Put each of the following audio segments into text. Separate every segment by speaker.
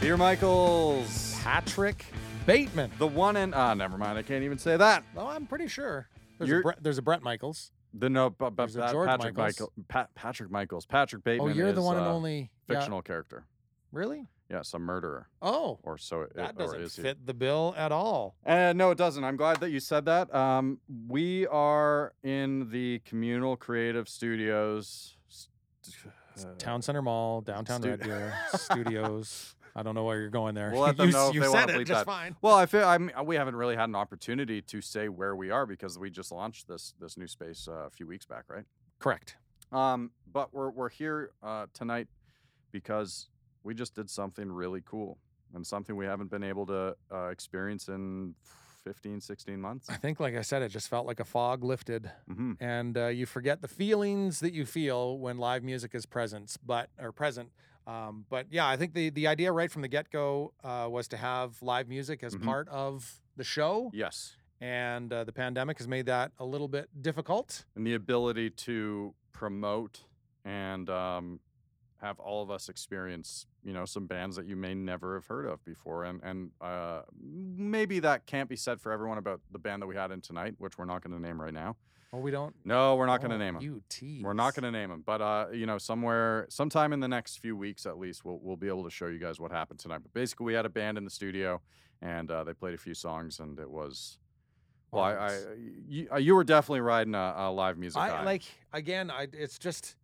Speaker 1: Beer Michaels, Patrick,
Speaker 2: Bateman.
Speaker 1: the one and ah, never mind. I can't even say that.
Speaker 2: Oh, I'm pretty sure. There's, a
Speaker 1: You're-
Speaker 2: Brett, there's a Brett Michaels.
Speaker 1: The no, but, but
Speaker 2: There's a
Speaker 1: that
Speaker 2: George
Speaker 1: Patrick
Speaker 2: Michaels.
Speaker 1: Michael, pa- Patrick Michaels, Patrick Bateman.
Speaker 2: oh, you're the
Speaker 1: is,
Speaker 2: one and
Speaker 1: uh,
Speaker 2: only yeah.
Speaker 1: fictional character.
Speaker 2: Really?
Speaker 1: Yes, a murderer,
Speaker 2: Oh,
Speaker 1: or so it,
Speaker 2: that
Speaker 1: or
Speaker 2: doesn't
Speaker 1: is he.
Speaker 2: fit the bill at all.
Speaker 1: Uh, no, it doesn't. I'm glad that you said that. Um, we are in the communal creative studios. st- uh,
Speaker 2: Town Center Mall, downtown
Speaker 1: stu-
Speaker 2: Red Deer studios. I don't know where you're going there.
Speaker 1: We'll let them
Speaker 2: you s-
Speaker 1: know if
Speaker 2: you
Speaker 1: they wanna
Speaker 2: said it
Speaker 1: bleep
Speaker 2: just
Speaker 1: that.
Speaker 2: fine.
Speaker 1: Well, I feel I'm, we haven't really had an opportunity to say where we are because we just launched this this new space uh, a few weeks back, right?
Speaker 2: Correct.
Speaker 1: Um, but we're we're here uh, tonight because we just did something really cool and something we haven't been able to uh, experience in 15, 16 months.
Speaker 2: I think, like I said, it just felt like a fog lifted,
Speaker 1: hmm
Speaker 2: and uh, you forget the feelings that you feel when live music is present, but or present. Um, but yeah, I think the the idea right from the get go uh, was to have live music as
Speaker 1: Mhm.
Speaker 2: part of the show,
Speaker 1: Yes,
Speaker 2: and uh, the pandemic has made that a little bit difficult.
Speaker 1: and the ability to promote and um, have all of us experience, you know, some bands that you may never have heard of before, and and uh, maybe that can't be said for everyone about the band that we had in tonight, which we're not going to name right now.
Speaker 2: Well, we don't.
Speaker 1: No, we're not going to
Speaker 2: oh,
Speaker 1: name them.
Speaker 2: You tease.
Speaker 1: We're not going to name them, but uh, you know, somewhere, sometime in the next few weeks at least, we'll we'll be able to show you guys what happened tonight. But basically, we had a band in the studio, and uh, they played a few songs, and it was. Well, I, I you, uh, you were definitely riding a, a live music.
Speaker 2: I
Speaker 1: high.
Speaker 2: like again. I it's just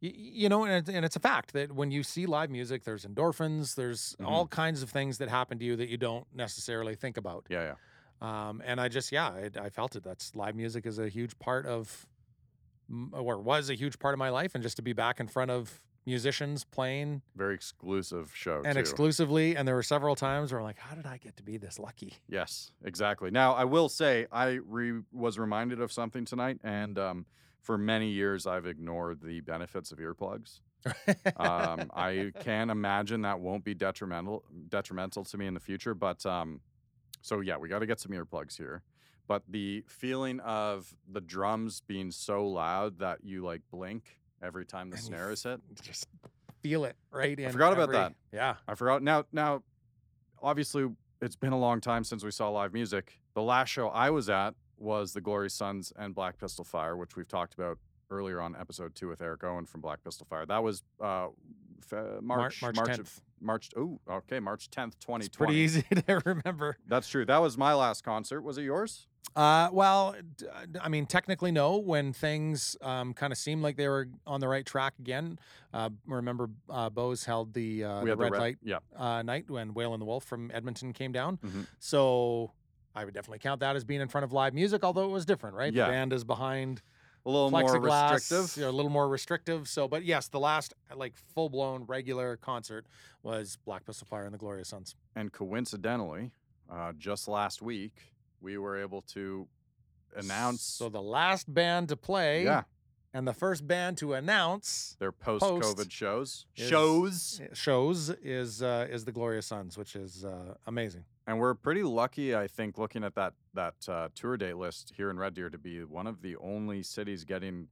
Speaker 2: y- y- you know, and, it- and it's a fact that when you see live music, there's endorphins, there's
Speaker 1: Mhm.
Speaker 2: all kinds of things that happen to you that you don't necessarily think about.
Speaker 1: yeah, yeah.
Speaker 2: Um, and I just yeah, I, I felt it. That's live music is a huge part of, m- or was a huge part of my life, and just to be back in front of musicians playing
Speaker 1: Very exclusive show.
Speaker 2: and
Speaker 1: Oh, too.
Speaker 2: exclusively. And there were several times where I'm like, how did I get to be this lucky?
Speaker 1: Yes, exactly. Now, I will say I re- was reminded of something tonight, and um, for many years I've ignored the benefits of earplugs. Um, I can imagine that won't be detrimental detrimental to me in the future, but um, so yeah, we got to get some earplugs here. But the feeling of the drums being so loud that you like blink every time the
Speaker 2: And you
Speaker 1: snare is hit.
Speaker 2: just feel it right in.
Speaker 1: forgot about
Speaker 2: every-
Speaker 1: that.
Speaker 2: Yeah.
Speaker 1: I forgot. Now, now, obviously, it's been a long time since we saw live music. The last show I was at was the Glory Sons and Black Pistol Fire, which we've talked about earlier on episode two with Eric Owen from Black Pistol Fire. That was uh, fe-
Speaker 2: Mar-
Speaker 1: March,
Speaker 2: March,
Speaker 1: March,
Speaker 2: 10th.
Speaker 1: of- March. Oh, okay, March tenth, twenty
Speaker 2: It's pretty
Speaker 1: twenty.
Speaker 2: easy to remember.
Speaker 1: That's true. That was my last concert. Was it yours?
Speaker 2: Uh, well, d- I mean, technically, no. When things um, kind of seemed like they were on the right track again, uh, remember uh, Bose held the, uh, the red, light
Speaker 1: Yeah,
Speaker 2: uh, night when Waylon the Wolf from Edmonton came down.
Speaker 1: Mhm.
Speaker 2: So I would definitely count that as being in front of live music, although it was different, right?
Speaker 1: Yeah.
Speaker 2: The band is behind
Speaker 1: a little more
Speaker 2: plexiglass,
Speaker 1: restrictive.
Speaker 2: you know, a little more restrictive. So, but yes, the last like full blown regular concert was Black Pistol Fire and the Glorious Sons.
Speaker 1: And coincidentally, uh, just last week we were able to announce
Speaker 2: So the last band to play.
Speaker 1: Yeah.
Speaker 2: And the first band to announce
Speaker 1: their post-COVID
Speaker 2: Post
Speaker 1: shows.
Speaker 2: is-
Speaker 1: shows.
Speaker 2: shows is uh, is the Glorious Sons, which is uh, amazing.
Speaker 1: And we're pretty lucky, I think, looking at that that uh, tour date list here in Red Deer to be one of the only cities getting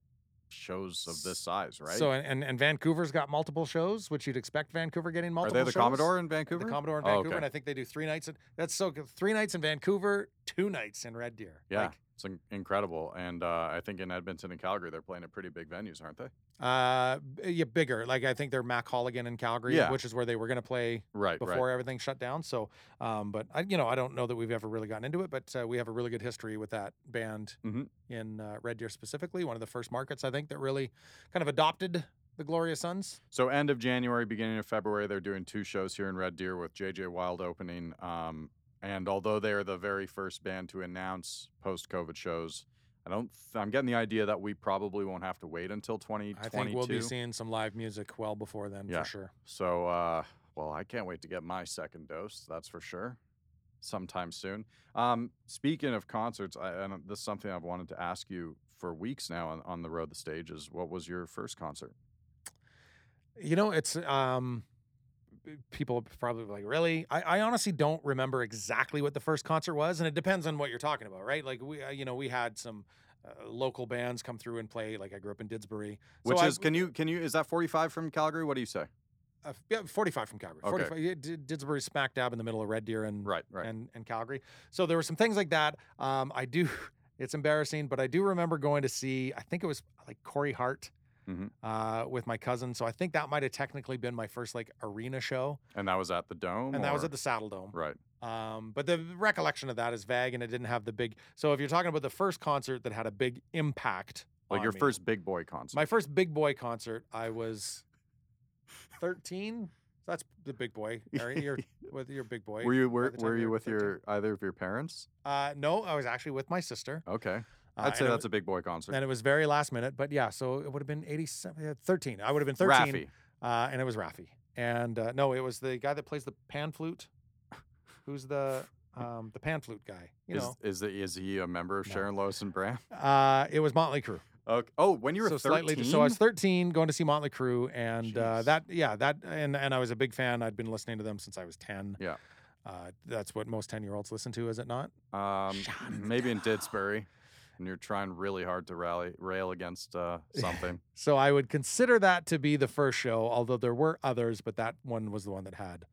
Speaker 1: shows of this size, right?
Speaker 2: So and, and, and Vancouver's got multiple shows, which you'd expect Vancouver getting
Speaker 1: are
Speaker 2: multiple.
Speaker 1: they the
Speaker 2: shows.
Speaker 1: Commodore in Vancouver?
Speaker 2: The Commodore in
Speaker 1: Oh,
Speaker 2: Vancouver,
Speaker 1: okay.
Speaker 2: and I think they do three nights. In, that's so good. Three nights in Vancouver, two nights in Red Deer.
Speaker 1: yeah,
Speaker 2: Like,
Speaker 1: it's in- incredible. And uh, I think in Edmonton and Calgary, they're playing at pretty big venues, aren't they?
Speaker 2: uh, b- yeah, bigger. Like I think they're Mac Holligan in Calgary,
Speaker 1: Yeah.
Speaker 2: which is where they were going to play
Speaker 1: Right,
Speaker 2: before everything shut down. So, um, but I, you know, I don't know that we've ever really gotten into it, but uh, we have a really good history with that band
Speaker 1: Mhm.
Speaker 2: in uh, Red Deer specifically, one of the first markets I think that really kind of adopted the Glorious Sons.
Speaker 1: So end of January, beginning of February, they're doing two shows here in Red Deer with JJ Wild opening. Um, and although they are the very first band to announce post-COVID shows, I don't. Th- I'm getting the idea that we probably won't have to wait until 2022.
Speaker 2: I think we'll be seeing some live music well before then
Speaker 1: Yeah.
Speaker 2: for sure.
Speaker 1: so, uh, well, I can't wait to get my second dose. That's for sure. Sometime soon. Um, speaking of concerts, I, and this is something I've wanted to ask you for weeks now on, on the road, the stage is what was your first concert?
Speaker 2: You know, it's um, people probably like really. I, I honestly don't remember exactly what the first concert was, and it depends on what you're talking about, right? Like we, uh, you know, we had some. Uh, local bands come through and play. Like I grew up in Didsbury, So
Speaker 1: Which
Speaker 2: I-
Speaker 1: is can you can you is that 45 from Calgary? What do you say?
Speaker 2: uh, f- yeah, 45 from Calgary.
Speaker 1: Okay.
Speaker 2: 45, yeah, D- Didsbury smack dab in the middle of Red Deer and
Speaker 1: Right, right.
Speaker 2: and and Calgary. So there were some things like that. Um, I do. It's embarrassing, but I do remember going to see. I think it was like Corey Hart.
Speaker 1: Mhm.
Speaker 2: Uh, with my cousin, so I think that might have technically been my first like arena show,
Speaker 1: And that was at the dome.
Speaker 2: and that was
Speaker 1: or-
Speaker 2: at the Saddle Dome.
Speaker 1: right.
Speaker 2: Um, but the recollection of that is vague, and it didn't have the big. So if you're talking about the first concert that had a big impact,
Speaker 1: Like
Speaker 2: on
Speaker 1: your
Speaker 2: me,
Speaker 1: first big boy concert.
Speaker 2: my first big boy concert, I was 13. That's the big boy. Aaron, You're with your big boy.
Speaker 1: were you
Speaker 2: by
Speaker 1: were,
Speaker 2: the time
Speaker 1: were
Speaker 2: you
Speaker 1: you
Speaker 2: were
Speaker 1: with
Speaker 2: 13.
Speaker 1: your either of your parents?
Speaker 2: Uh, no, I was actually with my sister.
Speaker 1: Okay.
Speaker 2: Uh,
Speaker 1: I'd say
Speaker 2: and it
Speaker 1: that's
Speaker 2: wa-
Speaker 1: a big boy concert.
Speaker 2: And it was very last minute, but yeah, so it would have been 87, yeah, 13. I would have been 13.
Speaker 1: Raffy.
Speaker 2: Uh, and it was Rafi. And uh, no, it was the guy that plays the pan flute. Who's the um, the pan flute guy? You
Speaker 1: is,
Speaker 2: know,
Speaker 1: is the, is he a member of
Speaker 2: No.
Speaker 1: Sharon Lois and Bram?
Speaker 2: uh, it was Motley Crue.
Speaker 1: Okay. Oh, when you were
Speaker 2: so
Speaker 1: 13?
Speaker 2: slightly. So I was 13, going to see Motley Crue, and uh,
Speaker 1: Jeez.
Speaker 2: that, yeah, that, and and I was a big fan. I'd been listening to them since I was 10.
Speaker 1: Yeah.
Speaker 2: uh, that's what most 10 year olds listen to, is it not?
Speaker 1: Um,
Speaker 2: Shot in the
Speaker 1: maybe in
Speaker 2: devil.
Speaker 1: Didsbury, and you're trying really hard to rally rail against uh, something.
Speaker 2: So I would consider that to be the first show, although there were others, but that one was the one that had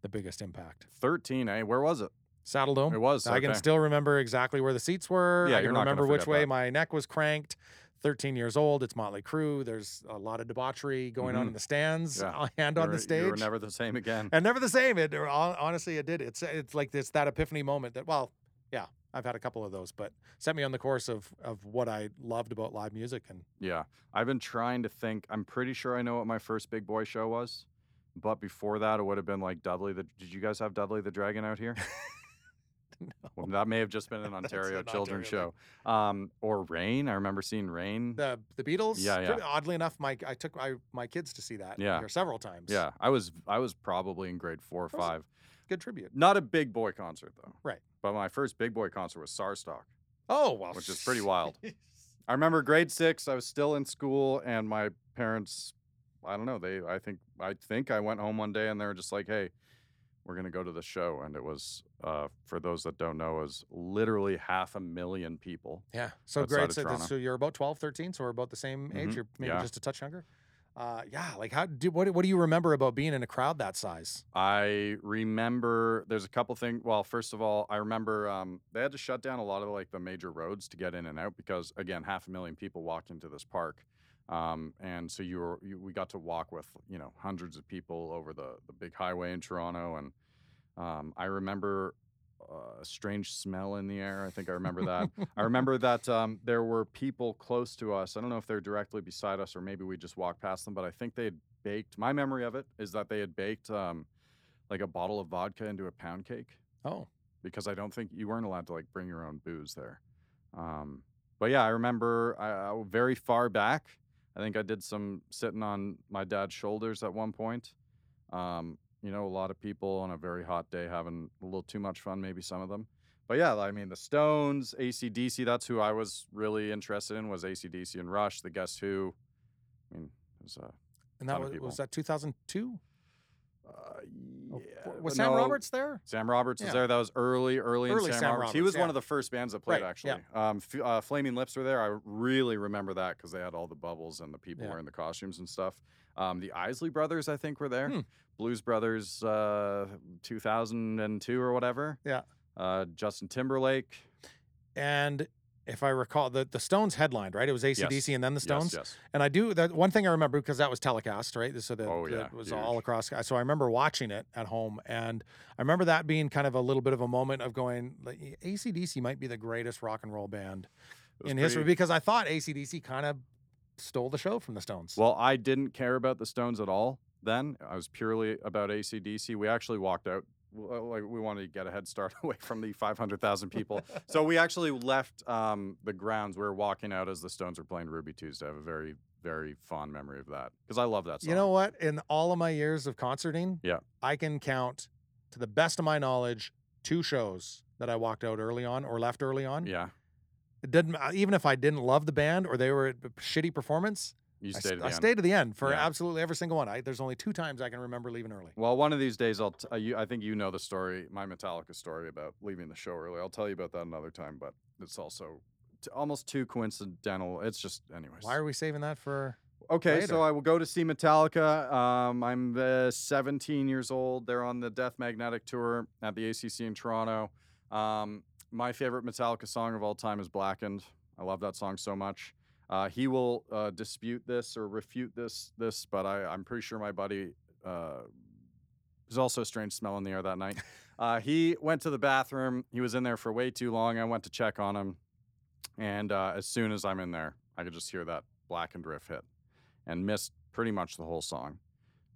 Speaker 2: the biggest impact.
Speaker 1: Thirteen, eh? Where was it?
Speaker 2: Saddle Dome.
Speaker 1: It was.
Speaker 2: Oh, I can
Speaker 1: okay.
Speaker 2: still remember exactly where the seats were.
Speaker 1: Yeah,
Speaker 2: I
Speaker 1: you're
Speaker 2: can
Speaker 1: not gonna
Speaker 2: remember which
Speaker 1: forget
Speaker 2: way
Speaker 1: that.
Speaker 2: my neck was cranked. 13 years old. It's Motley Crue. There's a lot of debauchery going on
Speaker 1: Mhm.
Speaker 2: in the stands
Speaker 1: Yeah.
Speaker 2: uh, and
Speaker 1: You
Speaker 2: on
Speaker 1: were-
Speaker 2: the stage.
Speaker 1: You were never the same again.
Speaker 2: and never the same. It or hon- honestly, it did. It's it's like this that epiphany moment that well, yeah, I've had a couple of those, but set me on the course of of what I loved about live music and
Speaker 1: Yeah, I've been trying to think. I'm pretty sure I know what my first big boy show was, but before that, it would have been like Dudley. The Did you guys have Dudley the Dragon out here? Well, that may have just been an
Speaker 2: That's
Speaker 1: Ontario
Speaker 2: an
Speaker 1: children's
Speaker 2: Ontario
Speaker 1: show, um, or Rain. I remember seeing Rain.
Speaker 2: the the Beatles.
Speaker 1: Yeah, yeah.
Speaker 2: could- Oddly enough, my I took my my kids to see that
Speaker 1: Yeah.
Speaker 2: here several times.
Speaker 1: Yeah, I was I was probably in grade four or
Speaker 2: That was-
Speaker 1: five.
Speaker 2: good tribute.
Speaker 1: Not a big boy concert though.
Speaker 2: Right.
Speaker 1: But my first big boy concert was Sarstock,
Speaker 2: Oh well,
Speaker 1: which is pretty wild. I remember grade six. I was still in school, and my parents, I don't know, they, I think, I think I went home one day, and they were just like, "Hey, we're gonna go to the show," and it was, uh, for those that don't know, it was literally half a million people.
Speaker 2: Yeah. So
Speaker 1: outside
Speaker 2: great.
Speaker 1: of
Speaker 2: So, this-
Speaker 1: Toronto.
Speaker 2: so you're about 12, 13, so we're about the same age.
Speaker 1: Mhm.
Speaker 2: You're maybe
Speaker 1: Yeah.
Speaker 2: just a touch younger. Uh, yeah. Like how do what what do you remember about being in a crowd that size?
Speaker 1: I remember there's a couple things. Well, first of all, I remember um, they had to shut down a lot of like the major roads to get in and out because again, half a million people walked into this park, um, and so you were you, we got to walk with you know hundreds of people over the the big highway in Toronto, and um, I remember uh, a strange smell in the air. I think I remember that. I remember that um, there were people close to us. I don't know if they're directly beside us or maybe we just walked past them, but I think they had baked. My memory of it is that they had baked um, like a bottle of vodka into a pound cake
Speaker 2: Oh.
Speaker 1: because I don't think you weren't allowed to like bring your own booze there. Um, but yeah, I remember I, I- very far back. I think I did some sitting on my dad's shoulders at one point. Um, you know, a lot of people on a very hot day having a little too much fun, maybe some of them. But yeah, I mean, the Stones, ACDC, that's who I was really interested in was ACDC and Rush, the Guess Who. I mean, it was, uh,
Speaker 2: And that
Speaker 1: Ton of
Speaker 2: was,
Speaker 1: people.
Speaker 2: was that 2002?
Speaker 1: uh,
Speaker 2: Oh,
Speaker 1: yeah,
Speaker 2: w- was Sam
Speaker 1: no,
Speaker 2: Roberts there?
Speaker 1: Sam Roberts
Speaker 2: Yeah.
Speaker 1: was there. That was early, early,
Speaker 2: Early
Speaker 1: in Sam,
Speaker 2: Sam
Speaker 1: Roberts. He
Speaker 2: Roberts,
Speaker 1: was
Speaker 2: yeah.
Speaker 1: one of the first bands that played,
Speaker 2: Right, yeah.
Speaker 1: actually. Um, F- uh, Flaming Lips were there. I really remember that because they had all the bubbles and the people
Speaker 2: Yeah.
Speaker 1: wearing the costumes and stuff. Um, the Isley Brothers, I think, were there.
Speaker 2: Hmm.
Speaker 1: Blues Brothers, uh, 2002 or whatever.
Speaker 2: Yeah.
Speaker 1: Uh, Justin Timberlake.
Speaker 2: and if I recall, the, the Stones headlined, right? It was ACDC
Speaker 1: Yes.
Speaker 2: and then the
Speaker 1: Yes,
Speaker 2: Stones.
Speaker 1: Yes,
Speaker 2: And I do that one thing I remember because that was telecast, right? So that
Speaker 1: Oh, yeah,
Speaker 2: was all
Speaker 1: huge.
Speaker 2: across. So I remember watching it at home, and I remember that being kind of a little bit of a moment of going, like, ACDC might be the greatest rock and roll band
Speaker 1: It was
Speaker 2: in history
Speaker 1: pretty-
Speaker 2: because I thought ACDC kind of stole the show from the Stones.
Speaker 1: Well, I didn't care about the Stones at all then. I was purely about AC/DC. We actually walked out. w- uh, Like we wanted to get a head start away from the 500,000 people. so we actually left um, the grounds. We were walking out as the Stones were playing Ruby Tuesday. I have a very, very fond memory of that because I love that song.
Speaker 2: You know what? In all of my years of concerting,
Speaker 1: Yeah.
Speaker 2: I can count, to the best of my knowledge, two shows that I walked out early on or left early on.
Speaker 1: Yeah,
Speaker 2: It didn't uh, even if I didn't love the band or they were a p- shitty performance.
Speaker 1: you
Speaker 2: I,
Speaker 1: stayed.
Speaker 2: st-
Speaker 1: at the
Speaker 2: I
Speaker 1: end.
Speaker 2: stayed to the end for
Speaker 1: Yeah.
Speaker 2: absolutely every single one. I, there's only two times I can remember leaving early.
Speaker 1: Well, one of these days, I'll. T- uh, you, I think you know the story, my Metallica story about leaving the show early. I'll tell you about that another time. But it's also t- almost too coincidental. It's just, anyways.
Speaker 2: Why are we saving that for?
Speaker 1: okay,
Speaker 2: later.
Speaker 1: so I will go to see Metallica. Um, I'm uh, 17 years old. They're on the Death Magnetic tour at the ACC in Toronto. Um, my favorite Metallica song of all time is Blackened. I love that song so much. Uh, he will uh, dispute this or refute this, this, but I, I'm pretty sure my buddy. Uh, there's also a strange smell in the air that night. Uh, he went to the bathroom. He was in there for way too long. I went to check on him, and uh, as soon as I'm in there, I could just hear that Blackened riff hit and missed pretty much the whole song.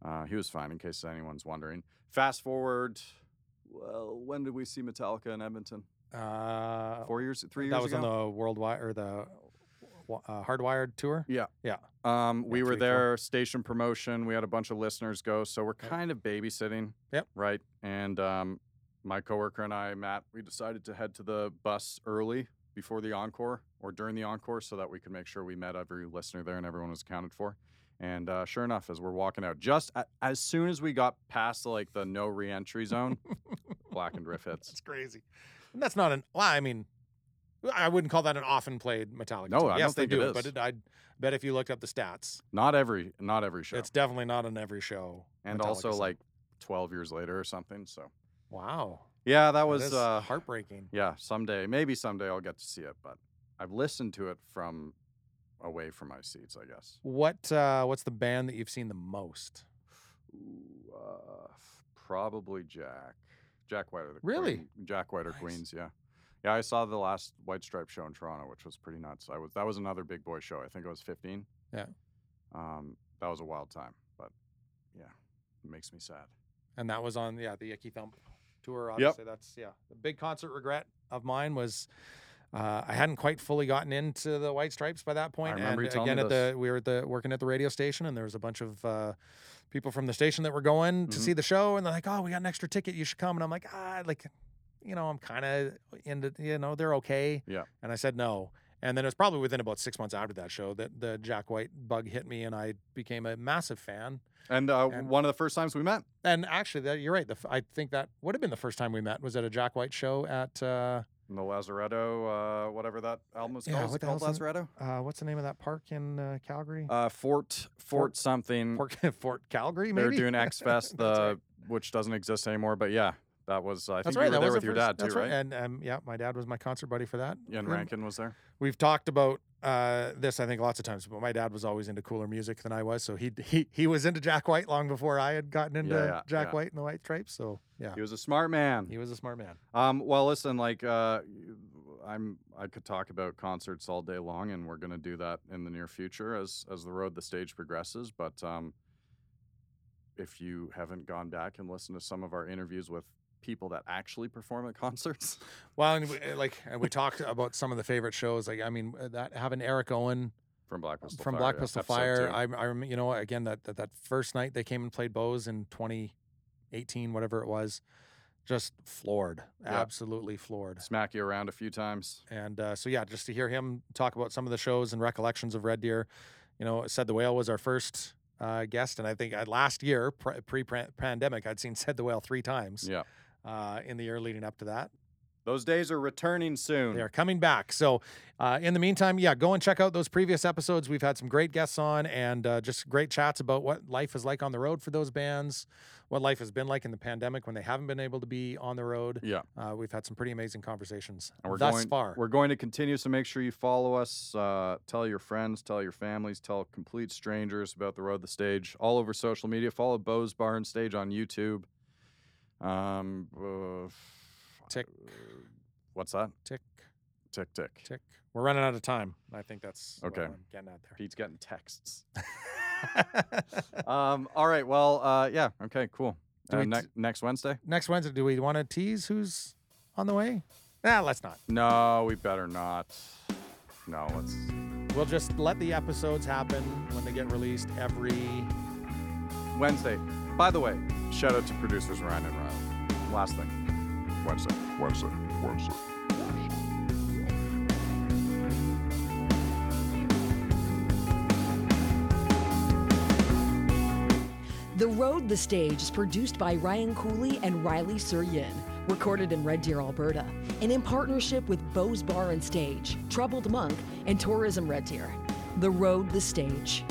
Speaker 1: Uh, he was fine, in case anyone's wondering. Fast forward, well, when did we see Metallica in Edmonton?
Speaker 2: Uh,
Speaker 1: Four years, three years
Speaker 2: that was
Speaker 1: ago.
Speaker 2: on the worldwide or the w- uh, hardwired tour.
Speaker 1: Um,
Speaker 2: Yeah,
Speaker 1: we were
Speaker 2: three, four.
Speaker 1: there, station promotion. We had a bunch of listeners go, so we're
Speaker 2: Yep.
Speaker 1: kind of babysitting.
Speaker 2: Yep.
Speaker 1: Right. And um, my coworker and I, Matt, we decided to head to the bus early before the encore or during the encore so that we could make sure we met every listener there and everyone was accounted for. And uh, sure enough, as we're walking out, just a- as soon as we got past like the no re-entry zone, Black and Riff hits.
Speaker 2: That's crazy. And that's not an. Well, I mean, I wouldn't call that an often played Metallica.
Speaker 1: No,
Speaker 2: tune.
Speaker 1: I don't
Speaker 2: yes,
Speaker 1: think
Speaker 2: they
Speaker 1: it
Speaker 2: do
Speaker 1: is.
Speaker 2: But it, I bet if you looked up the stats,
Speaker 1: Not every, not every show,
Speaker 2: it's definitely not on every show.
Speaker 1: and
Speaker 2: Metallica
Speaker 1: also
Speaker 2: song.
Speaker 1: like twelve years later or something. So
Speaker 2: wow,
Speaker 1: yeah, that
Speaker 2: That
Speaker 1: was
Speaker 2: is
Speaker 1: uh,
Speaker 2: heartbreaking.
Speaker 1: Yeah, someday, maybe someday I'll get to see it, but I've listened to it from away from my seats, I guess.
Speaker 2: What uh, what's the band that you've seen the most?
Speaker 1: Ooh, uh, f- probably Jack. Jack White or the
Speaker 2: Really?
Speaker 1: Queen- Jack White or
Speaker 2: Nice.
Speaker 1: Queens, yeah. Yeah, I saw the last White Stripe show in Toronto, which was pretty nuts. I was that was another big boy show. I think I was 15.
Speaker 2: Yeah.
Speaker 1: Um, that was a wild time, but yeah, it makes me sad.
Speaker 2: and that was on yeah the Icky Thump tour.
Speaker 1: Yep.
Speaker 2: Obviously, that's yeah the big concert regret of mine was uh, I hadn't quite fully gotten into the White Stripes by that point.
Speaker 1: remember you
Speaker 2: and
Speaker 1: telling me
Speaker 2: again at
Speaker 1: this.
Speaker 2: the we were at the working at the radio station, and there was a bunch of uh, people from the station that were going to
Speaker 1: Mhm.
Speaker 2: see the show, and they're like, "Oh, we got an extra ticket, you should come." And I'm like, "Ah, like." You know, I'm kind of into, you know, they're okay.
Speaker 1: Yeah.
Speaker 2: And I said no. And then it was probably within about six months after that show that the Jack White bug hit me and I became a massive fan.
Speaker 1: And, uh,
Speaker 2: And-
Speaker 1: one of the first times we met,
Speaker 2: And actually, that you're right. The, f- I think that would have been the first time we met was at a Jack White show at uh,
Speaker 1: the Lazaretto, uh, whatever that album is
Speaker 2: Yeah,
Speaker 1: called, is
Speaker 2: what
Speaker 1: it
Speaker 2: the
Speaker 1: called
Speaker 2: hell's the-
Speaker 1: Lazaretto?
Speaker 2: uh, what's the name of that park in uh, Calgary?
Speaker 1: Uh, Fort, Fort
Speaker 2: Fort-
Speaker 1: something.
Speaker 2: Fort, Fort Calgary,
Speaker 1: Um, They
Speaker 2: maybe.
Speaker 1: were doing X Fest,
Speaker 2: That's
Speaker 1: the
Speaker 2: right.
Speaker 1: which doesn't exist anymore. But yeah, that was. uh, I
Speaker 2: That's
Speaker 1: think
Speaker 2: right.
Speaker 1: you
Speaker 2: that
Speaker 1: were there
Speaker 2: was
Speaker 1: with
Speaker 2: the
Speaker 1: your
Speaker 2: first-
Speaker 1: dad too,
Speaker 2: that's right.
Speaker 1: right?
Speaker 2: And um, yeah, my dad was my concert buddy for that.
Speaker 1: Ian
Speaker 2: Um,
Speaker 1: Rankin was there.
Speaker 2: We've talked about uh, this, I think, lots of times. But my dad was always into cooler music than I was, so he he he was into Jack White long before I had gotten into
Speaker 1: yeah,
Speaker 2: Jack
Speaker 1: yeah.
Speaker 2: White and the White Stripes. So yeah,
Speaker 1: He was a smart man.
Speaker 2: he was a smart man.
Speaker 1: Um, well, listen, like uh, I'm, I could talk about concerts all day long, and we're gonna do that in the near future as as the road the stage progresses. But um, if you haven't gone back and listened to some of our interviews with people that actually perform at concerts,
Speaker 2: Well, and we, like and we talked about some of the favorite shows. Like I mean, uh, that having Eric Owen.
Speaker 1: from Black Pistol
Speaker 2: from
Speaker 1: Fire,
Speaker 2: Black
Speaker 1: yeah,
Speaker 2: Pistol
Speaker 1: episode
Speaker 2: Fire.
Speaker 1: two.
Speaker 2: I, I rem- you know again that, that that first night they came and played Bose in 2018, whatever it was, just floored,
Speaker 1: Yeah.
Speaker 2: absolutely floored.
Speaker 1: smack you around a few times.
Speaker 2: And uh, so yeah, just to hear him talk about some of the shows and recollections of Red Deer, you know, said the whale was our first uh, guest, and I think uh, last year pre pandemic I'd seen said the whale three times.
Speaker 1: Yeah.
Speaker 2: Uh, in the year leading up to that,
Speaker 1: Those days are returning soon.
Speaker 2: they are coming back. So, uh, in the meantime, yeah, go and check out those previous episodes. We've had some great guests on and uh, just great chats about what life is like on the road for those bands, what life has been like in the pandemic when they haven't been able to be on the road.
Speaker 1: Yeah.
Speaker 2: Uh, we've had some pretty amazing conversations
Speaker 1: And we're
Speaker 2: thus
Speaker 1: going,
Speaker 2: far.
Speaker 1: We're going to continue, so make sure you follow us. Uh, tell your friends, tell your families, tell complete strangers about the road, the stage, all over social media. Follow Bo's Bar and Stage on YouTube. Um, uh, f-
Speaker 2: Tick.
Speaker 1: uh, What's that?
Speaker 2: Tick,
Speaker 1: Tick tick.
Speaker 2: tick. We're running out of time. I think that's what
Speaker 1: Okay.
Speaker 2: I'm getting out
Speaker 1: Pete's getting texts.
Speaker 2: there.
Speaker 1: um, all right. Well, uh, yeah. Okay. Cool.
Speaker 2: Do
Speaker 1: Uh,
Speaker 2: we
Speaker 1: ne-
Speaker 2: t-
Speaker 1: next Wednesday?
Speaker 2: Next Wednesday, do we want to tease who's on the way? Nah, let's not.
Speaker 1: No, we better not. No, let's.
Speaker 2: We'll just let the episodes happen when they get released every
Speaker 1: Wednesday. By the way, shout out to producers Ryan and Riley. Last thing. Wednesday. Wednesday. Wednesday.
Speaker 3: The Road the Stage is produced by Ryan Cooley and Riley Suryin, recorded in Red Deer, Alberta, and in partnership with Bose Bar and Stage, Troubled Monk, and Tourism Red Deer. The Road the Stage.